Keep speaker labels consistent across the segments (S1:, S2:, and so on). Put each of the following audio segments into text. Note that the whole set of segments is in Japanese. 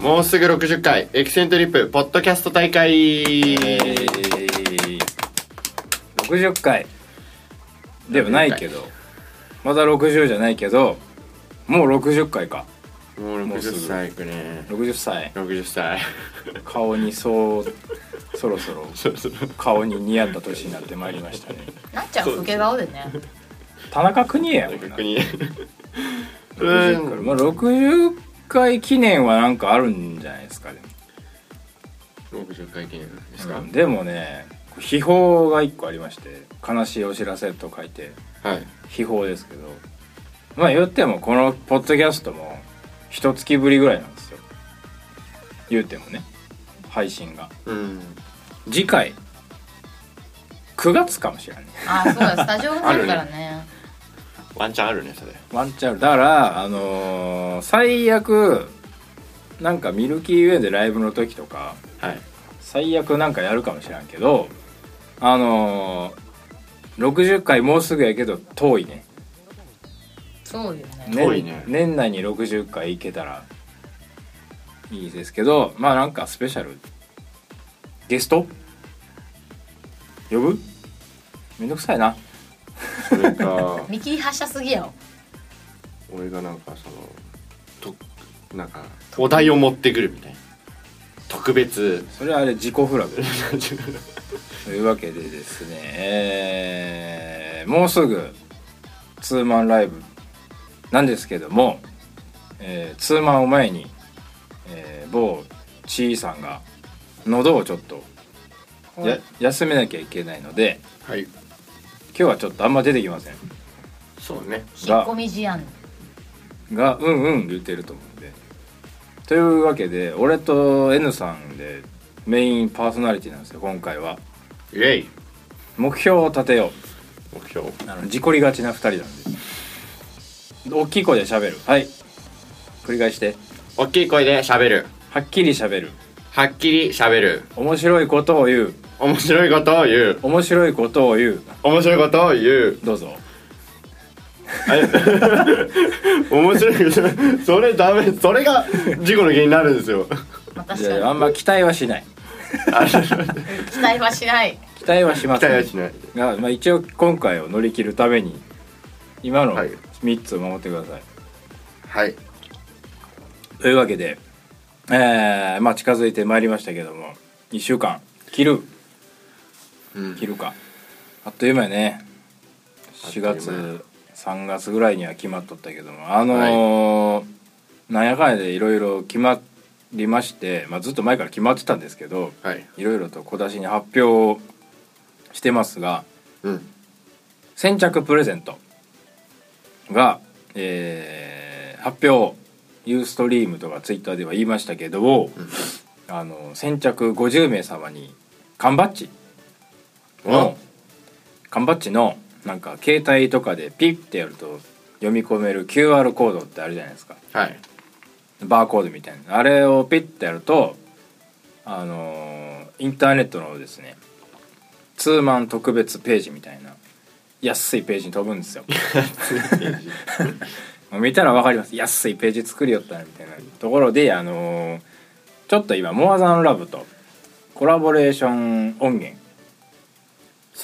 S1: もうすぐ60回エキセントリップポッドキャスト大会
S2: 60回ではないけどまだ60じゃないけどもう60回か
S1: もう
S2: もうすぐ
S1: 60歳いくね
S2: 60歳
S1: 60歳
S2: 顔にそうそろそろ
S1: そうそう
S2: 顔に似合った年になってまいりましたね
S3: なっちゃん老け顔でね
S2: 田中邦衛やもんな
S1: 逆にう
S2: 60回
S1: ん
S2: まあ、60回記念はなんかあるんじゃないですかね
S1: 60回記念です
S2: う
S1: か
S2: んでもね秘宝が1個ありまして悲しいお知らせと書いて
S1: はい
S2: 秘宝ですけどまあ言ってもこのポッドキャストも一月ぶりぐらいなんですよ言うてもね配信が
S1: うん
S2: 次回9月かもしれない
S3: あそうだスタジオがあるから ね
S1: ワンチャンあるねそれ
S2: ワンチャンあるだからあのー最悪なんかミルキーウェイでライブの時とか
S1: はい
S2: 最悪なんかやるかもしれんけどあのー、60回もうすぐやけど遠いね
S3: そうよね
S1: 遠いね
S2: 年年内に60回いけたらいいですけどまあなんかスペシャルゲスト呼ぶめんどくさいな
S1: それか
S3: 見切り発車すぎやろ
S1: 俺がなんかそのとなんかお題を持ってくるみたいな特別
S2: それはあれ自己フラグというわけでですねえーもうすぐツーマンライブなんですけども、えーツーマンを前に、えー某ちいさんが喉をちょっとや
S3: はい
S2: 休めなきゃいけないので
S1: はい
S2: 今日はちょっとあんま出てきません
S1: そうね
S3: 引っ込み思案
S2: がうんうん言ってると思うんでというわけで俺と N さんでメインパーソナリティなんですよ今回は
S1: イエイ
S2: 目標を立てよ
S1: 目標
S2: うあの事故りがちな2人なんで大きい声で喋るはい繰り返して
S1: 大きい声で喋る
S2: はっきり喋る
S1: はっきり喋る
S2: 面白いことを言う
S1: 面白いことを言う
S2: 面白いことを言う
S1: 面白いことを言う
S2: どうぞ
S1: あれ面白い ことそれダメそれが事故の原因になるんです よ
S3: またし
S2: じゃああんま期待はしない
S3: 期待はしない
S2: 期待はしま
S1: 期待
S2: せ
S1: は
S2: ん
S1: しない
S2: が、まあ、一応今回を乗り切るために今の
S1: はい
S2: 3つを守ってください
S1: はい
S2: というわけで、えーまあ近づいてまいりましたけども1週間切る
S1: うん
S2: 切るかあっという間やね4
S1: あっという
S2: 月3月ぐらいには決まっとったけどもあのーなんやかんやでいろいろ決まりまして、まあ、ずっと前から決まってたんですけど
S1: はい
S2: いろいろと小出しに発表してますが
S1: うん
S2: 先着プレゼントが、えー発表ユーストリームとかツイッターでは言いましたけども、あの先着50名様に缶バッジの缶バッジのなんか携帯とかでピッてやると読み込める QR コードってあるじゃないですか
S1: はい
S2: バーコードみたいなあれをピッてやるとあのーインターネットのですねツーマン特別ページみたいな安いページに飛ぶんですよもう見たら分かります安いページ作りよったなみたいなところであのーちょっと今「モアザンラブとコラボレーション音源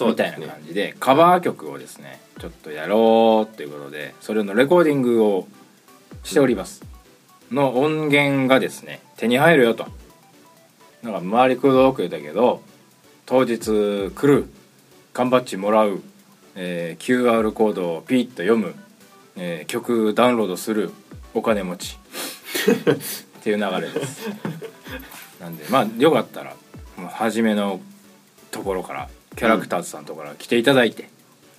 S2: みたいな感じでカバー曲をですねちょっとやろうということでそれのレコーディングをしております、の音源がですね手に入るよとなんか周りくどく言うたけど当日来る缶バッジもらう、えー QR コードをピッと読む、えー曲ダウンロードするお金持ちっていう流れですなんでまあよかったらもう初めのところからキャラクターズさんとこから来ていただいて、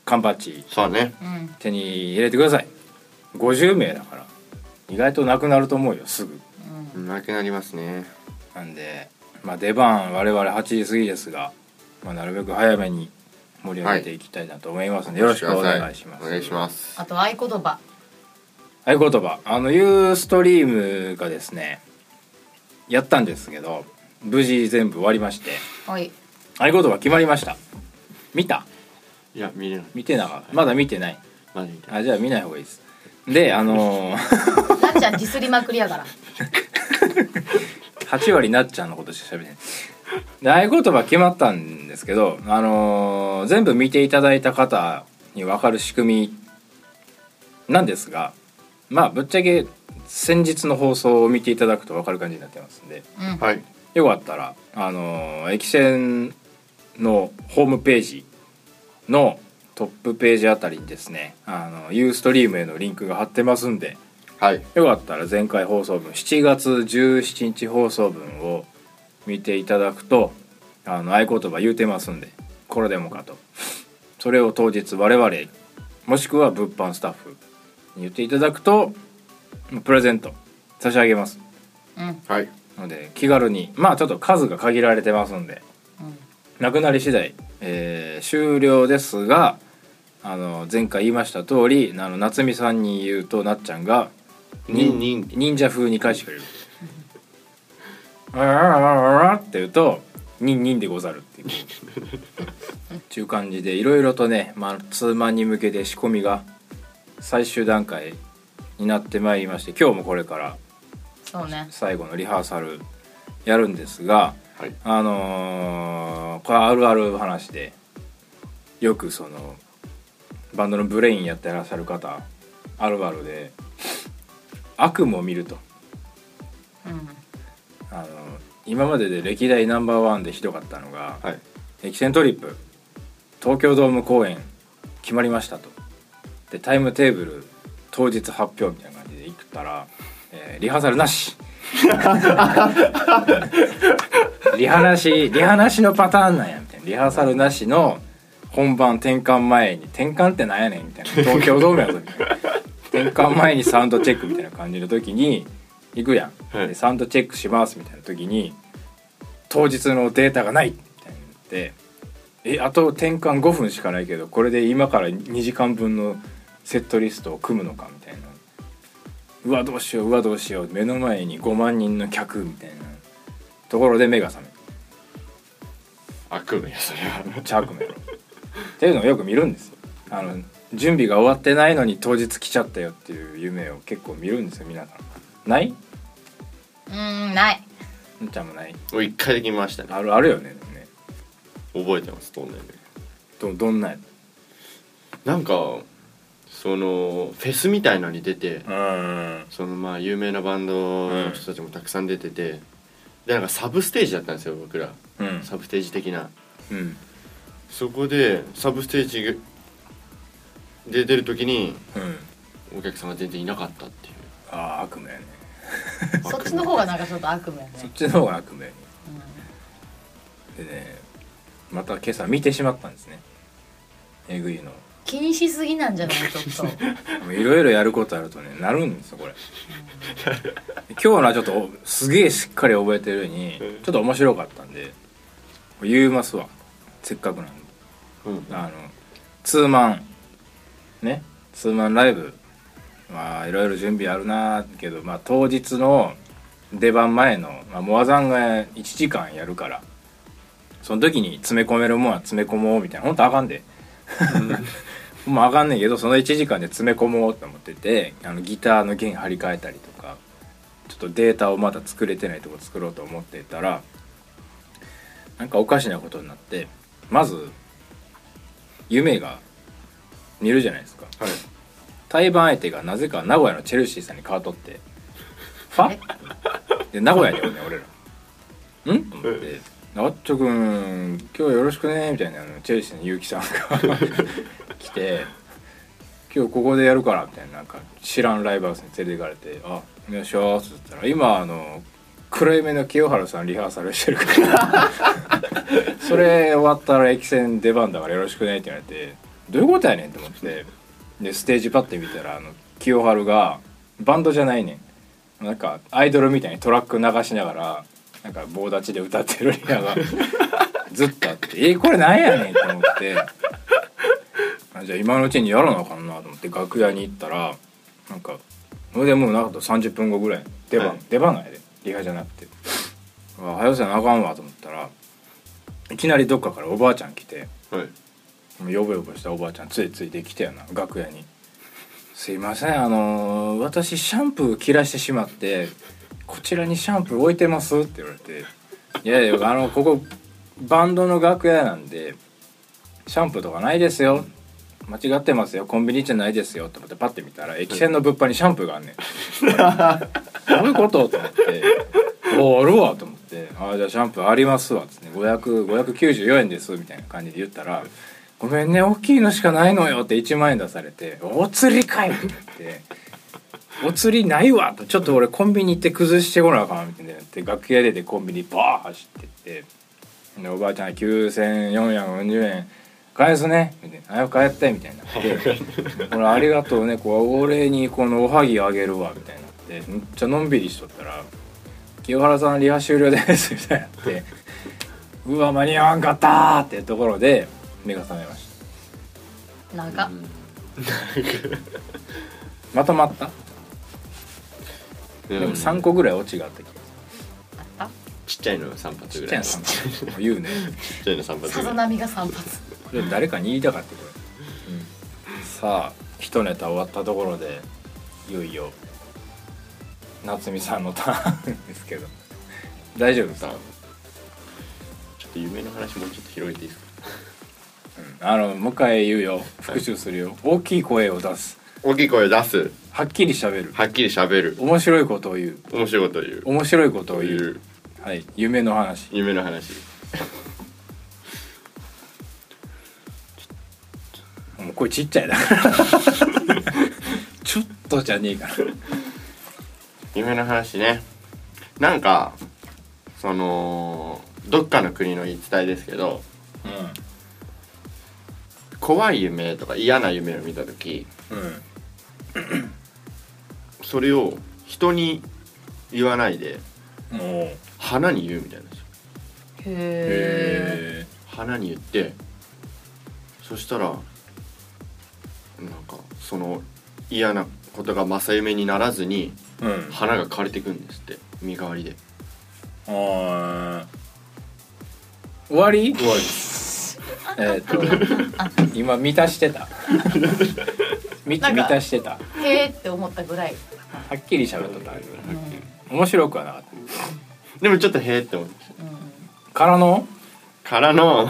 S2: 缶バッジ
S1: そうね
S3: うん
S2: 手に入れてください50名だから意外となくなると思うよすぐ
S1: なくなりますね
S2: なんで、まあ、出番我々8時過ぎですが、まあ、なるべく早めに盛り上げていきたいなと思いますので、よろしくお願いします
S1: お願いします
S3: あと合言葉
S2: 合言葉あのユーストリームがですねやったんですけど無事全部終わりまして
S3: はい
S2: 合言葉決まりました見た
S1: いや見れない
S2: 見てなかったまだ見てない
S1: マジで
S2: あじゃあ見ない方がいいですであのー
S3: なっちゃんディスりまくりやから
S2: 8割なっちゃんのことしか喋ってないで合言葉決まったんですけど、あのー全部見ていただいた方に分かる仕組みなんですがまあぶっちゃけ先日の放送を見ていただくと分かる感じになってますんで
S3: うん
S1: はい
S2: よかったらあのー駅線のホームページのトップページあたりにですねあの Ustream へのリンクが貼ってますんで
S1: はい
S2: よかったら前回放送分7月17日放送分を見ていただくとあの合言葉言うてますんでこれでもかとそれを当日我々もしくは物販スタッフに言っていただくとプレゼント差し上げます
S3: うん
S1: はい
S2: ので気軽にまあちょっと数が限られてますんで
S3: うん
S2: なくなり次第、えー終了ですがあの前回言いました通りあの夏美さんに言うとなっちゃんが
S1: にんに
S2: 忍
S1: ん
S2: 忍者風に返してくれる「あらあらあらあら」って言うと「ニンニンでござる」っていうっていう感じでいろいろとね、まあ、ツーマンに向けて仕込みが最終段階になってまいりまして今日もこれから
S3: そうね
S2: 最後のリハーサルやるんですが。
S1: はい
S2: あのーこれあるある話でよくそのバンドのブレインやってらっしゃる方あるあるで悪夢を見ると、
S3: うん
S2: あの今までで歴代ナンバーワンでひどかったのが、
S1: はい
S2: 駅線トリップ東京ドーム公演決まりましたとでタイムテーブル当日発表みたいな感じで行ったら、えーリハーサル なしリハなしリハなしのパターンなんやみたいなリハーサルなしの本番転換前に転換ってなんやねんみたいな東京ドームやぞみたいな転換前にサウンドチェックみたいな感じの時に行くやん、
S1: はい
S2: でサウンドチェックしますみたいな時に当日のデータがないみたいになってえあと転換5分しかないけどこれで今から2時間分のセットリストを組むのかみたいなうわどうしよううわどうしよう目の前に5万人の客みたいなところで目が覚める
S1: 悪夢やそれは
S2: めっちゃ悪夢やろっていうのをよく見るんですよあの準備が終わってないのに当日来ちゃったよっていう夢を結構見るんですよ皆さんない
S3: うん ない
S2: んちゃんもない
S1: もう一回できましたね
S2: あるあるよねでもね
S1: 覚えてますどんな夢
S2: どどんなや
S1: なんかそのフェスみたいのに出て、
S2: うん
S1: そのまあ有名なバンドの人たちもたくさん出てて、でなんかサブステージだったんですよ僕ら
S2: うん
S1: サブステージ的な
S2: うん
S1: そこでサブステージがで出る時に
S2: うん
S1: お客さんが全然いなかったっていう
S2: ああ悪夢やね
S3: そっちの方がなんかちょっと悪夢や
S2: そっ
S3: ね
S2: ちの方が悪夢やねでねまた今朝見てしまったんですねえぐいの
S3: 気にしすぎなんじゃないちょっと
S2: もういろいろやることあるとねなるんですよこれ今日のはちょっとすげえしっかり覚えてるようにちょっと面白かったんで言いますわせっかくなんで
S1: うん
S2: あのツーマンねツーマンライブまあいろいろ準備あるなあけど、まあ、当日の出番前の、まあ、モアザンが1時間やるからその時に詰め込めるもんは詰め込もうみたいな本当あかんでほ んまあかんねんけどその1時間で詰め込もうと思っててあのギターの弦張り替えたりとかちょっとデータをまだ作れてないとこ作ろうと思ってたらなんかおかしなことになってまず夢が見るじゃないですか
S1: はい
S2: 対バン相手がなぜか名古屋のチェルシーさんに変わっとってファで名古屋におんねん俺らんと思って「なっちょくん今日よろしくね」みたいなあのチェルシーの結城さんが来て「今日ここでやるから」みたいななんか知らんライブハウスに連れて行かれて「あよっしゃー」っつったら今あの黒い目の清原さんリハーサルしてるからそれ終わったら駅線出番だからよろしくねって言われてどういうことやねんと思ってでステージパッて見たらあの清春がバンドじゃないねんなんかアイドルみたいにトラック流しながらなんか棒立ちで歌ってるリハ がずっとあって「えこれなんやねん」と思ってあじゃあ今のうちにやらなあかんなと思って楽屋に行ったらなんかそれでもうなんか30分後ぐらい出番、
S1: はい
S2: 出番ないでリハじゃなくて「あ早せなあかんわ」と思ったらいきなりどっかからおばあちゃん来て。
S1: はい
S2: よぼよぼしたおばあちゃんついついてきたよな楽屋に「すいませんあのー私シャンプー切らしてしまってこちらにシャンプー置いてます?」って言われて「いやいやあのここバンドの楽屋なんでシャンプーとかないですよ間違ってますよコンビニじゃないですよ」と思ってパッて見たら駅線の物販にシャンプーがあんねん。どういうことと思って「おあるわ」と思って「あーじゃあシャンプーありますわ」っつって500 594円です」みたいな感じで言ったら「ごめんね大きいのしかないのよ」って1万円出されて「お釣りかよ」って言って「お釣りないわ」と「ちょっと俺コンビニ行って崩してこなあかん」みたいになって楽屋出てコンビニバー走ってってでおばあちゃんが9440円返すねみたいな「早く帰って」みたいになって。ほらありがとうねこうお礼にこのおはぎあげるわみたいになってめっちゃのんびりしとったら「清原さんリハ終了です」みたいになって「うわ間に合わんかった!」ってところで目が覚めまし
S3: 長っ
S2: たまとまった、
S1: で
S2: でも3個ぐらいオチがあった気が
S3: あった
S1: ちっちゃいの3発
S2: す
S1: ぐ
S2: るちっちゃ
S1: らい
S2: いな3個 言うね
S1: ちっちゃいの3発
S3: さ
S1: ぐ
S3: ざ
S1: らい
S3: 波が散発
S2: これ誰かに言いたかったこれ、さあ一ネタ終わったところでいよいよ夏美さんのターンですけど大丈夫さ
S1: さあちょっと夢の話もうちょっと広げていいですか
S2: あの向井言うよ復習するよ、大きい声を出す
S1: 大きい声出す
S2: はっきりしゃべる
S1: はっきり喋る
S2: 面白いことを言う
S1: 面白いこと言う
S2: 面白いことを言う
S1: 言う
S2: はい夢の話
S1: 夢の話
S2: もうこれちっちゃいだから ちょっとじゃねえから
S1: 夢の話ねなんかそのどっかの国の言い伝えですけど怖い夢とか嫌な夢を見た時
S2: うんうん
S1: それを人に言わないで
S2: もう
S1: 花に言うみたいなんですよ
S2: へ
S3: へえ
S2: え
S1: 花に言ってそしたらなんかその嫌なことが正夢にならずに
S2: うん
S1: 花が枯れてくんですって身代わりで
S2: あー終わり
S1: 終わり
S2: えっと今満たしてたみ
S3: なんか
S2: 満たしてたは
S3: へーって思ったぐらい、
S2: っきり喋っとった
S3: う
S2: 面白くはなかっ
S1: でもちょっとへえって思って
S3: んうん、
S2: たからの
S1: からの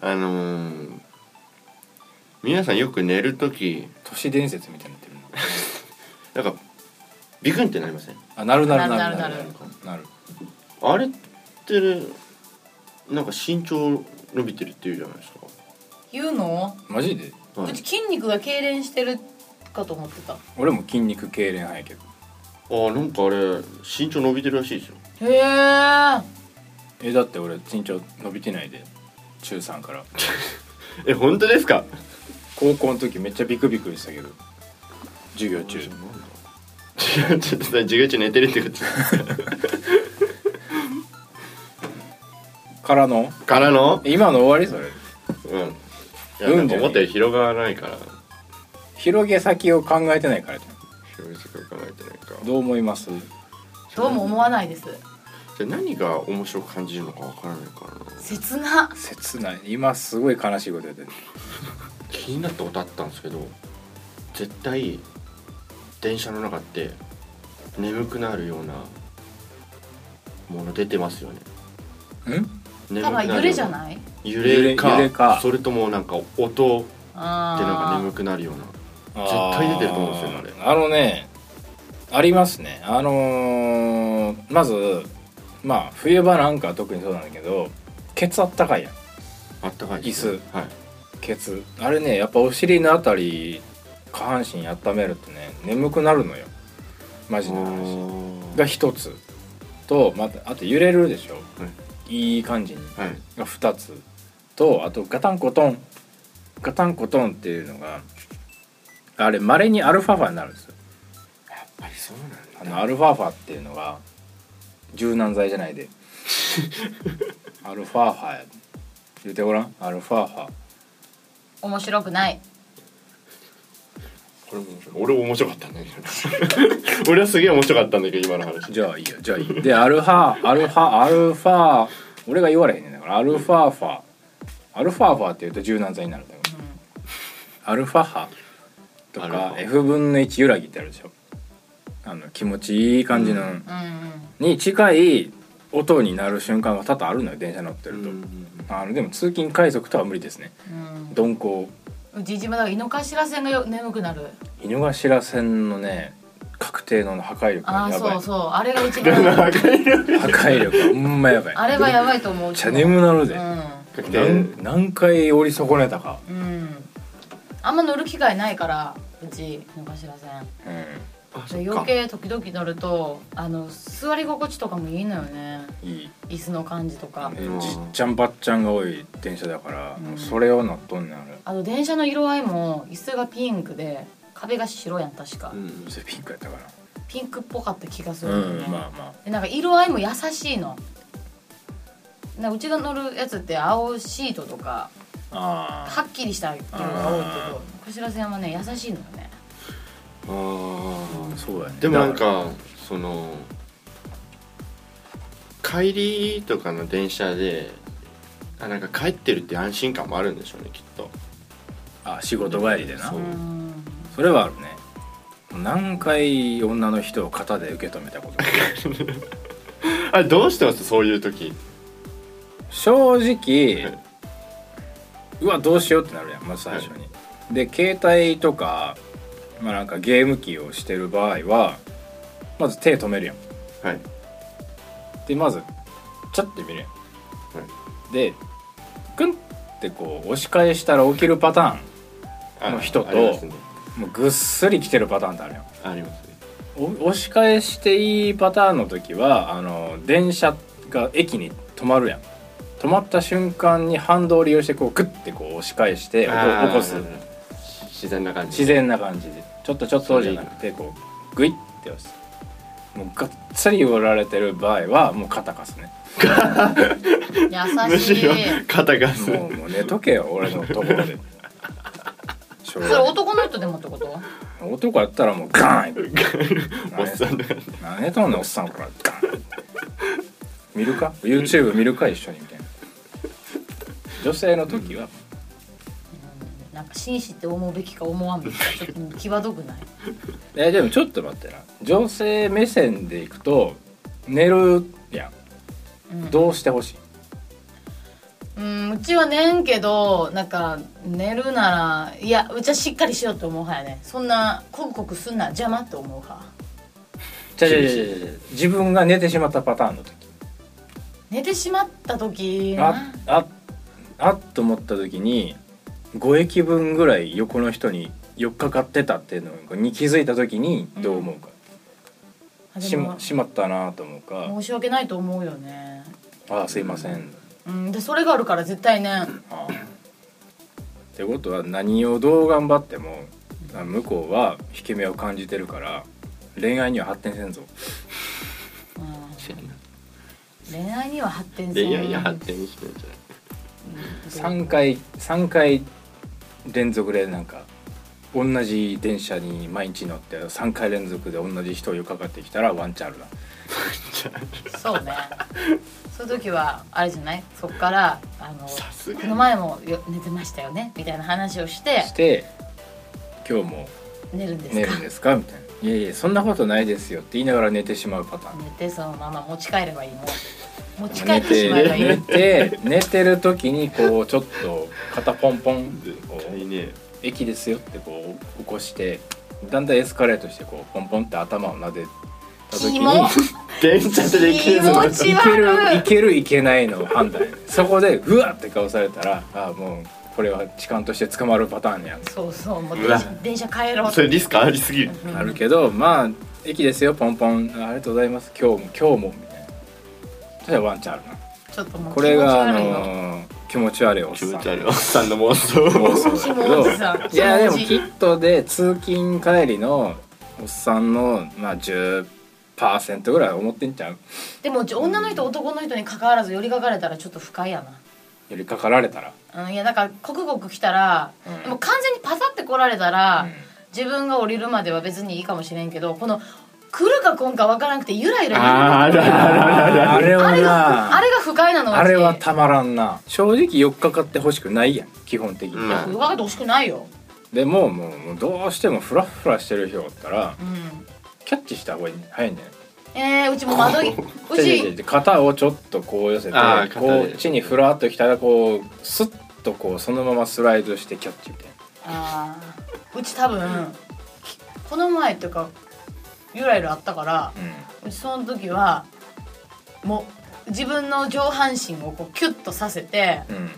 S1: あのー、皆さんよく寝る時
S2: 都市伝説みたいになってるな
S1: なんかビクンってなりません
S2: あなるなるなるなるな
S3: なるな
S2: る
S3: る
S2: なる
S1: あれってなんか身長伸びてるっていうじゃないです
S3: 言うの、
S2: マジで
S1: か、は
S3: う
S1: い
S3: ち、筋肉が痙攣してるかと思ってた
S2: 俺も筋肉痙攣早いけど
S1: あなんかあれ身長伸びてるらしいですよ
S3: へえ
S2: えだって俺身長伸びてないで中3から
S1: え本当ですか
S2: 高校の時めっちゃビクビクしたけど授業中
S1: 違うちょっと授業中寝てるってこと
S2: からの
S1: からの
S2: え今の終わりそれ
S1: うんいや
S2: うん
S1: なんか思ったより広がらないから
S2: 広げ先を考えてないからじゃ
S1: 広げて考えてないか
S2: んどう思います
S3: どうも思わないです
S1: じゃあ何が面白く感じるのかわからないからな
S3: 切な
S2: 切ない今すごい悲しいことやってる
S1: 気になったことあったんですけど絶対電車の中って眠くなるようなもの出てますよね
S2: ん
S1: 眠
S3: 多
S1: くな
S3: 分
S1: る
S3: 揺れじゃ
S1: い
S3: ない
S1: 揺れか
S2: 揺れか
S1: それともなんか音でなんか
S3: あ
S1: 眠くなるような
S2: あー
S1: 絶対出てると思うんですよね
S2: あのねありますねあのーまずまあ冬場なんかは特にそうなんだけどケツあったかいやん
S1: あったかいですね
S2: 椅
S1: はい
S2: ケツあれねやっぱお尻のあたり下半身温めるとね眠くなるのよマジの話が
S1: が
S2: 一つとまたあと揺れるでしょ、い、い感じに
S1: はい
S2: が二つとあとガタンコトンガタンコトンっていうのがあれまれにアルファファになるんですよ
S1: やっぱりそうなん
S2: あ
S1: だ
S2: のアルファファっていうのが柔軟剤じゃないでアルファファや言うてごらんアルファファ
S3: ー面白くない
S1: これも面白い俺も面白かったんだけど 俺はすげえ面白かったんだけど今の話
S2: じゃあいいよじゃあいいでアルファアルファアルファ俺が言われへんねんだからアルファファアルファファって言うと柔軟剤になるんだからアルファ波と
S1: アルフ
S2: か
S1: ァ
S2: F 分の1揺らぎってあるでしょあの気持ちいい感じの
S3: うん
S2: に近い音になる瞬間は多々あるのよ電車乗って
S1: う
S2: る
S1: ん
S2: と、
S1: うん
S2: あのでも通勤快速とは無理ですね
S3: うん
S2: 鈍行
S3: うんじいじもだから井の頭線がよ眠くなる
S2: 井の頭線のね確定の破壊力
S3: あ
S2: が
S3: あ
S2: や
S3: そう
S2: ば
S3: そうあれが 一番
S2: い破壊力がほんまやばい
S3: あれはやばいと思う
S2: めっちゃ眠なるで、
S3: う
S1: 確
S2: な
S1: 定
S2: ん何回折り損ねたか、
S3: んうんあんま乗る機会ないからうち井の頭線
S2: う
S1: あそっ
S3: で
S1: か
S3: 余計時々乗るとあの座り心地とかもいいのよね
S2: ん、いい
S3: 椅子の感じとか、
S1: うん
S2: じっちゃんばっちゃんが多い電車だから、
S3: うん
S2: もうそれをなっとんねんあれ
S3: あの電車の色合いも椅子がピンクで壁が白やん確か、
S1: うん
S2: それピンクやったかな
S3: ピンクっぽかった気がする
S2: うん
S3: だよね、
S2: まあまあ
S3: でなんか色合いも優しいのなんかうちが乗るやつって青シートとか
S2: あ
S3: はっきりした色が多いけどこしらせはね優しいのよね
S1: あー
S2: あそうやね
S1: でもなんかその帰りとかの電車であなんか帰ってるって安心感もあるんでしょうねきっと
S2: あ仕事帰りでな
S1: そうう
S3: ー
S1: ん
S3: ん
S2: それはあるね何回女の人を肩で受け止めたことか
S1: あれどうしてますそういう時
S2: 正直、
S1: はいう
S2: わどうしようってなるやんまず最初に、で携帯とか,、まあ、なんかゲーム機をしてる場合はまず手止めるやん
S1: はい
S2: でまずチャッて見るやん、でグンってこう押し返したら起きるパタ
S1: あ
S2: の人と
S1: ありますね
S2: ーンもうぐっすり来てるパターンってあるやん
S1: ありますね
S2: お押し返していいパターンの時はあの電車が駅に止まるやん止まった瞬間に反動を利用してこうグッてこう押し返して
S1: あー
S2: 起こす
S1: し自然な感じ
S2: 自然な感じでちょっとちょっとじゃなくてこうグイッて押すもうがっつり折られてる場合はもう肩貸すね
S3: 優
S1: む
S3: しい
S1: しろ肩がす
S2: もうもう寝とけよ俺のところ でしょう
S3: そ
S2: が
S3: れ
S2: ない
S3: 男の人でもってこと
S2: 男やったらもうガーン行 く
S1: おっさんだから
S2: 何やとんねんおっさんからガーン見るか YouTube 見るか一緒にみたいな女性の時は
S3: うんなんか紳士って思うべきか思わんべきかちょっと際どくない
S2: えでもちょっと待ってな女性目線でいくと寝るや
S3: うん
S2: んどうしてほしい
S3: うんうちは寝んけどなんか寝るならいやうちはしっかりしようと思う派やねそんなコクコクすんな邪魔って思う派
S2: じゃじゃじゃじゃ自分が寝てしまったパターンの時
S3: 寝てしまった時
S2: あ
S3: な
S2: ああっと思った時に5駅分ぐらい横の人に寄っかかってたっていうのに気づいた時にどう思うか、
S3: あで
S2: しま
S3: も
S2: しまったなと思うか
S3: 申し訳ないと思うよね
S2: 「ああすいません
S3: うんでそれがあるから絶対ね」
S2: ああってことは何をどう頑張ってもあ向こうは引け目を感じてるから恋愛には発展せんぞ
S3: うん恋愛には発展
S1: で
S3: せん
S1: いやいや発展してんじゃない
S2: 3回3回連続でなんか同じ電車に毎日乗って3回連続で同じ人をよかかってきたらワンチャンあるな
S3: そうねそういう時はあれじゃないそっからあの
S1: さすがに
S3: この前もよ寝てましたよねみたいな話をして
S2: して「今日も
S3: 寝るんです
S2: 寝
S3: か
S2: るんですか?」みたいな「いやいやそんなことないですよ」って言いながら寝てしまうパターン
S3: 寝てそのまま持ち帰ればいいもん持ち帰
S2: 寝
S3: ってしまえばいい
S2: て寝て寝てる時にこうちょっと肩ポンポンこ
S1: 絶
S2: う
S1: 対ね
S2: 駅ですよってこう起こしてだんだんエスカレートしてこうポンポンって頭を撫でた時
S3: キ
S2: に
S3: モ
S1: 電車でできるの
S3: 気持ち
S2: いけるいけるいけないの判断やねそこでうわって顔されたらああもうこれは痴漢として捕まるパターンやん
S3: そうそうもう
S1: うわ
S3: 電車帰ろう
S1: それリスクありすぎる
S3: うん
S2: あるけどまあ駅ですよポンポンあありがとうございます今日も今日もみたいなそれはワンチャンあるな
S3: ちょっともう
S2: これがあ
S3: 気持ち悪いわ
S2: のー気
S1: 気
S2: 持ち悪いおっさん
S1: 持ち悪いおっさんの妄想
S2: 妄想やけ
S3: 気持ちおじさん
S2: どいやでも
S3: 気持
S2: き
S3: ち
S2: っとで通勤帰りのおっさんのまあ10%ぐらい思ってんちゃう
S3: でもうち女の人男の人に関わらず寄りかかれたらちょっと不快やな
S2: よりかかられたら、
S3: うん、いやだからコクコク来たら、
S2: うん
S3: でも完全にパサって来られたら、
S2: うん
S3: 自分が降りるまでは別にいいかもしれんけどこの来るか来んか分からなくてゆらゆ
S1: あー
S3: ら
S1: あらららら
S2: あれは
S3: あれ
S2: な
S3: があれが不快なの
S2: あれは
S3: うち
S2: たまらんな正直よっかかってほしくないやん基本的に、
S1: うん
S3: よくかけてほしくないよ
S2: でももうもうどうしてもフラフラしてる人だったら
S3: うん
S2: キャッチした方がいい早いんじゃない
S3: えー、うちも窓いう
S2: 違う違う
S3: ち
S2: 違う肩をちょっとこう寄せて
S1: あー肩
S2: こ
S1: で
S2: う地にふらっときたらこうスッとこうそのままスライドしてキャッチみたいな
S3: あーうち多分この前っていうかゆらゆらあったからうちその時はもう自分の上半身をこうキュッとさせて
S2: うんうん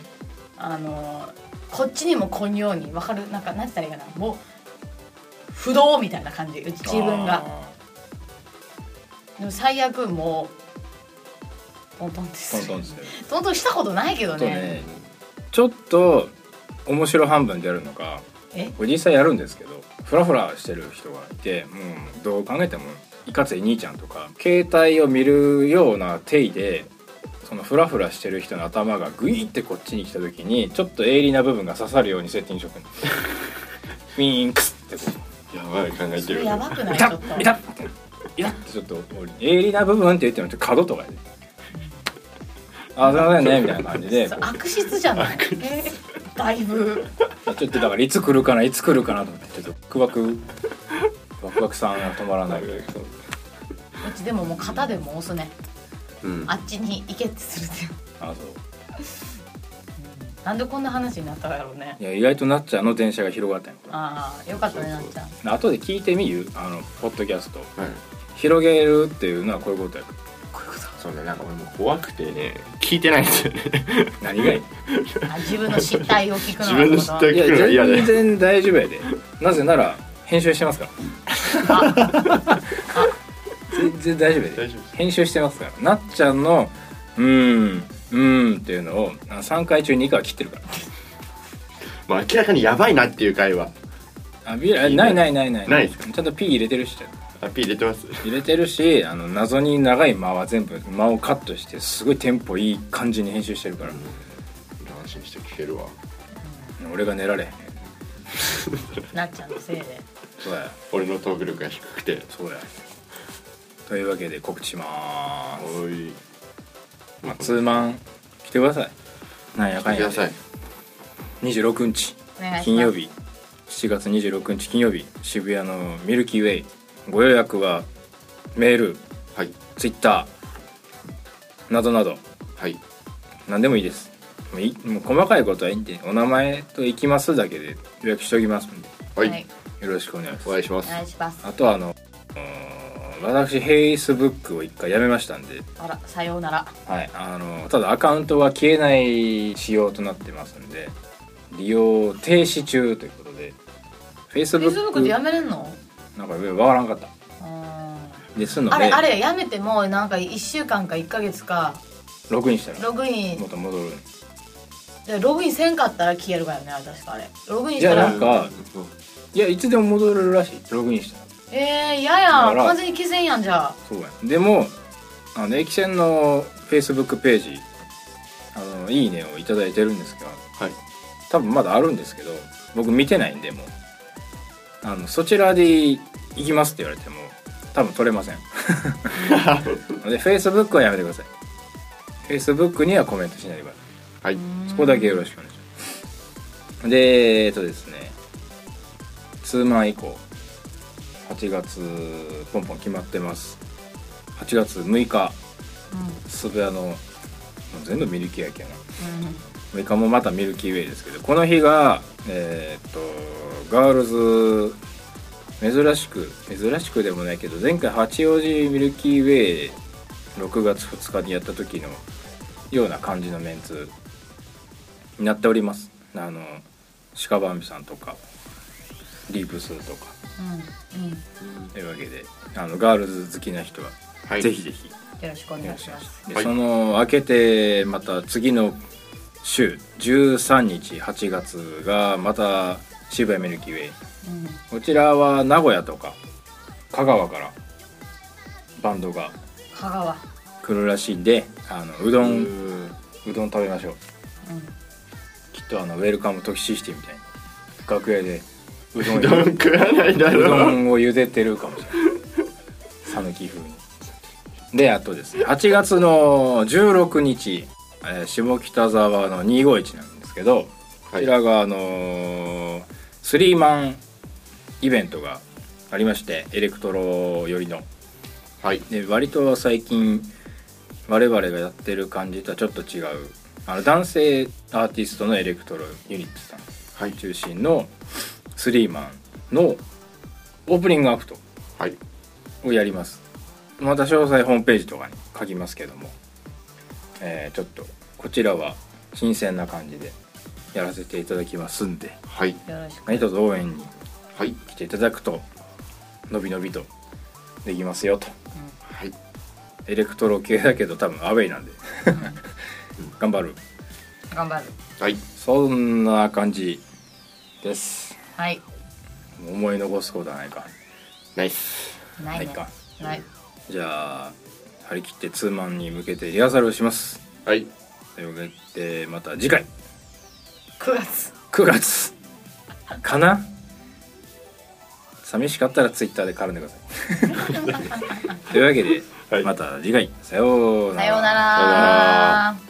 S3: あのこっちにもこんようにわかるなんか何て言ったらいいかなもう不動みたいな感じうち自分
S2: あ
S3: がでも最悪もうトントンで
S2: ートン
S3: す
S2: トンしてる
S3: トントンしたことないけど
S2: ちょっと
S3: ね
S2: ねちょっと面白半分でやるのか
S3: え
S2: これ実際やるんですけどフラフラしてる人がいてもうどう考えてもいかつい兄ちゃんとか携帯を見るような体でそのフラフラしてる人の頭がグイってこっちに来た時にちょっと鋭利な部分が刺さるようにセッティングしとくのウィーンクスってこ
S1: やばい考え
S3: そ
S1: て
S3: れ
S1: る
S3: やばく
S2: う
S3: ない
S2: い
S3: ち
S2: たっ
S3: ょっと
S2: いたっいたってちょっと鋭利な部分って言ってもちょっと角とかで「あすいませんね」みたいな感じで
S3: そ
S2: こ
S3: う
S2: う
S3: 悪質じゃないえだいぶ
S2: ちょっとだからいつ来るかないつ来るかなと思ってちょっとワクワクワクワクさんが止まらないみたいな
S3: うちでももう肩でも押すね
S1: うん
S3: あっちに行けってするって
S2: あそう
S3: なんでこんな話になったんだろうね
S2: いや意外となっちゃんの電車が広がったんやこ
S3: ああよかったね
S1: そ
S3: な
S1: う
S3: っ
S1: そう
S3: ちゃん
S2: れ後で聞いてみゆあのポッドキャスト
S1: はい
S2: 広げるっていうのはこういうことや
S1: そうねなんか俺もう怖くてね聞いてないんですよね
S2: 何がいい
S3: あ自分の失態を聞くの
S1: 自分の失態
S2: いや
S1: いや嫌だよ
S2: 全然大丈夫やでなぜなら編集してますから 全然大丈夫やで
S1: 大丈夫です
S2: 編集してますからなっちゃんのうーんうーんっていうのをあ3回中2回は切ってるから
S1: まあ明らかにやばいなっていう会話
S2: あビールあないないないない
S1: ないで
S2: ちゃんと P 入れてるし
S1: アピール出てます
S2: 入れてるしあの謎に長い間は全部間をカットしてすごいテンポいい感じに編集してるから、
S1: 安心して聞けるわ
S2: 俺が寝られへん
S3: なっちゃんのせいで
S2: そうや
S1: 俺のトーク力が低くて
S2: そうやというわけで告知しまーす、
S1: おい
S2: まあ、ツーマン来てくださいなんやかん
S1: く
S2: や
S1: ださ
S2: で
S1: い
S2: 26日
S3: お願いします
S2: 金曜日7月26日金曜日渋谷のミルキーウェイご予約はメール
S1: はい
S2: ツイッターなどなど
S1: はい
S2: 何でもいいですもういもう細かいことはいいんでお名前と行きますだけで予約しておきますんで
S1: はい、
S3: はい
S2: よろしくお願いし
S1: お願い
S2: ます
S1: しま
S3: お
S1: す
S3: 願いします
S2: あとはあのうーん私 Facebook を一回やめましたんで、
S3: あらさようなら
S2: はい、あのただアカウントは消えない仕様となってますんで利用停止中ということで
S3: Facebook でや
S2: Facebook
S3: めれんの
S2: なんかわからんかった
S3: あ
S2: ですので
S3: ーあれあれやめてもうなんか1週間か1か月か
S2: ログインしたら
S3: ログイン
S2: 元戻る
S3: でログインせんかったら消えるからね確かあれログインした
S2: いや
S3: ら
S2: なんか
S1: うん
S2: いやいつでも戻るらしいログインしたら
S3: えー、嫌
S2: だ
S3: や
S2: か
S3: ん
S2: ら
S3: 完全に消せんやんじゃあ
S2: そうやでもあの駅線のフェイスブックページあの「いいね」をいただいてるんですが
S1: はい
S2: 多分まだあるんですけど僕見てないんでもうあのそちらで行きますって言われても多分取れません のでフェイスブックはやめてくださいフェイスブックにはコメントしないでくださ
S1: はいう
S3: ーん
S2: いそこだけよろしくお願いしますでえっとですね2万以降8月ポンポン決まってます8月6日
S3: うん
S2: 渋谷のもう全部ミルキーやけやな
S3: うん
S2: 6日もまたミルキーウェイですけどこの日がえーっとガールズ珍しく珍しくでもないけど前回八王子ミルキーウェイ6月2日にやった時のような感じのメンツになっておりますあの鹿バンビさんとかリープスとか
S3: うんうんよ
S2: というわけであのガールズ好きな人は
S1: はい
S2: ぜひぜひ
S3: ろしくお
S2: お願
S3: 願
S2: い
S3: い
S2: し
S3: し
S2: ま
S3: ますす
S2: で、
S1: はい
S2: その明けてまた次の週13日8月がまた渋谷ミルキーウェイ
S3: うん
S2: こちらは名古屋とか香川からバンドが
S3: 香川
S2: 来るらしいんであのうど
S1: うんん
S2: うどん食べましょう
S3: う
S2: きっとあのウェルカムトキシシティみたいに楽屋でうどん
S1: う どん食わないだ
S2: うど
S1: ろうん
S2: を茹でてるかもしれない讃岐風にであとですね8月の16日、えー下北沢の251なんですけど、こちらがあのースリーマンイベントがあありましてエレクトロ寄りの
S1: はい
S2: で割と最近我々がやってる感じとはちょっと違うあの男性アーティストのエレクトロユニットさん
S1: はい
S2: 中心のスリーマンのオープニングアクト
S1: はい
S2: をやりますまた詳細ホームページとかに書きますけども、えーちょっとこちらは新鮮な感じでやらせていただきますんで
S1: はい
S3: よろしく
S2: 何卒応援に
S1: はい
S2: 来ていただくとのびのびとできますよと
S1: はい
S2: エレクトロ系だけど多分アウェイなんで 頑張る
S3: 頑張る
S1: はい
S2: そんな感じです
S3: はい
S2: 思い残すことはないか
S1: ナイス
S3: ないね
S2: ないか
S3: ない
S2: じゃあ張り切ってツーマンに向けてリハーサルをします
S1: はい
S2: というわけでまた次回
S3: 9月
S2: 9月かな寂しかったらツイッターで絡んでくださ いというわけで、
S1: はい
S2: また次回さような
S3: さよ
S1: さよ
S3: うな
S1: うな
S3: ら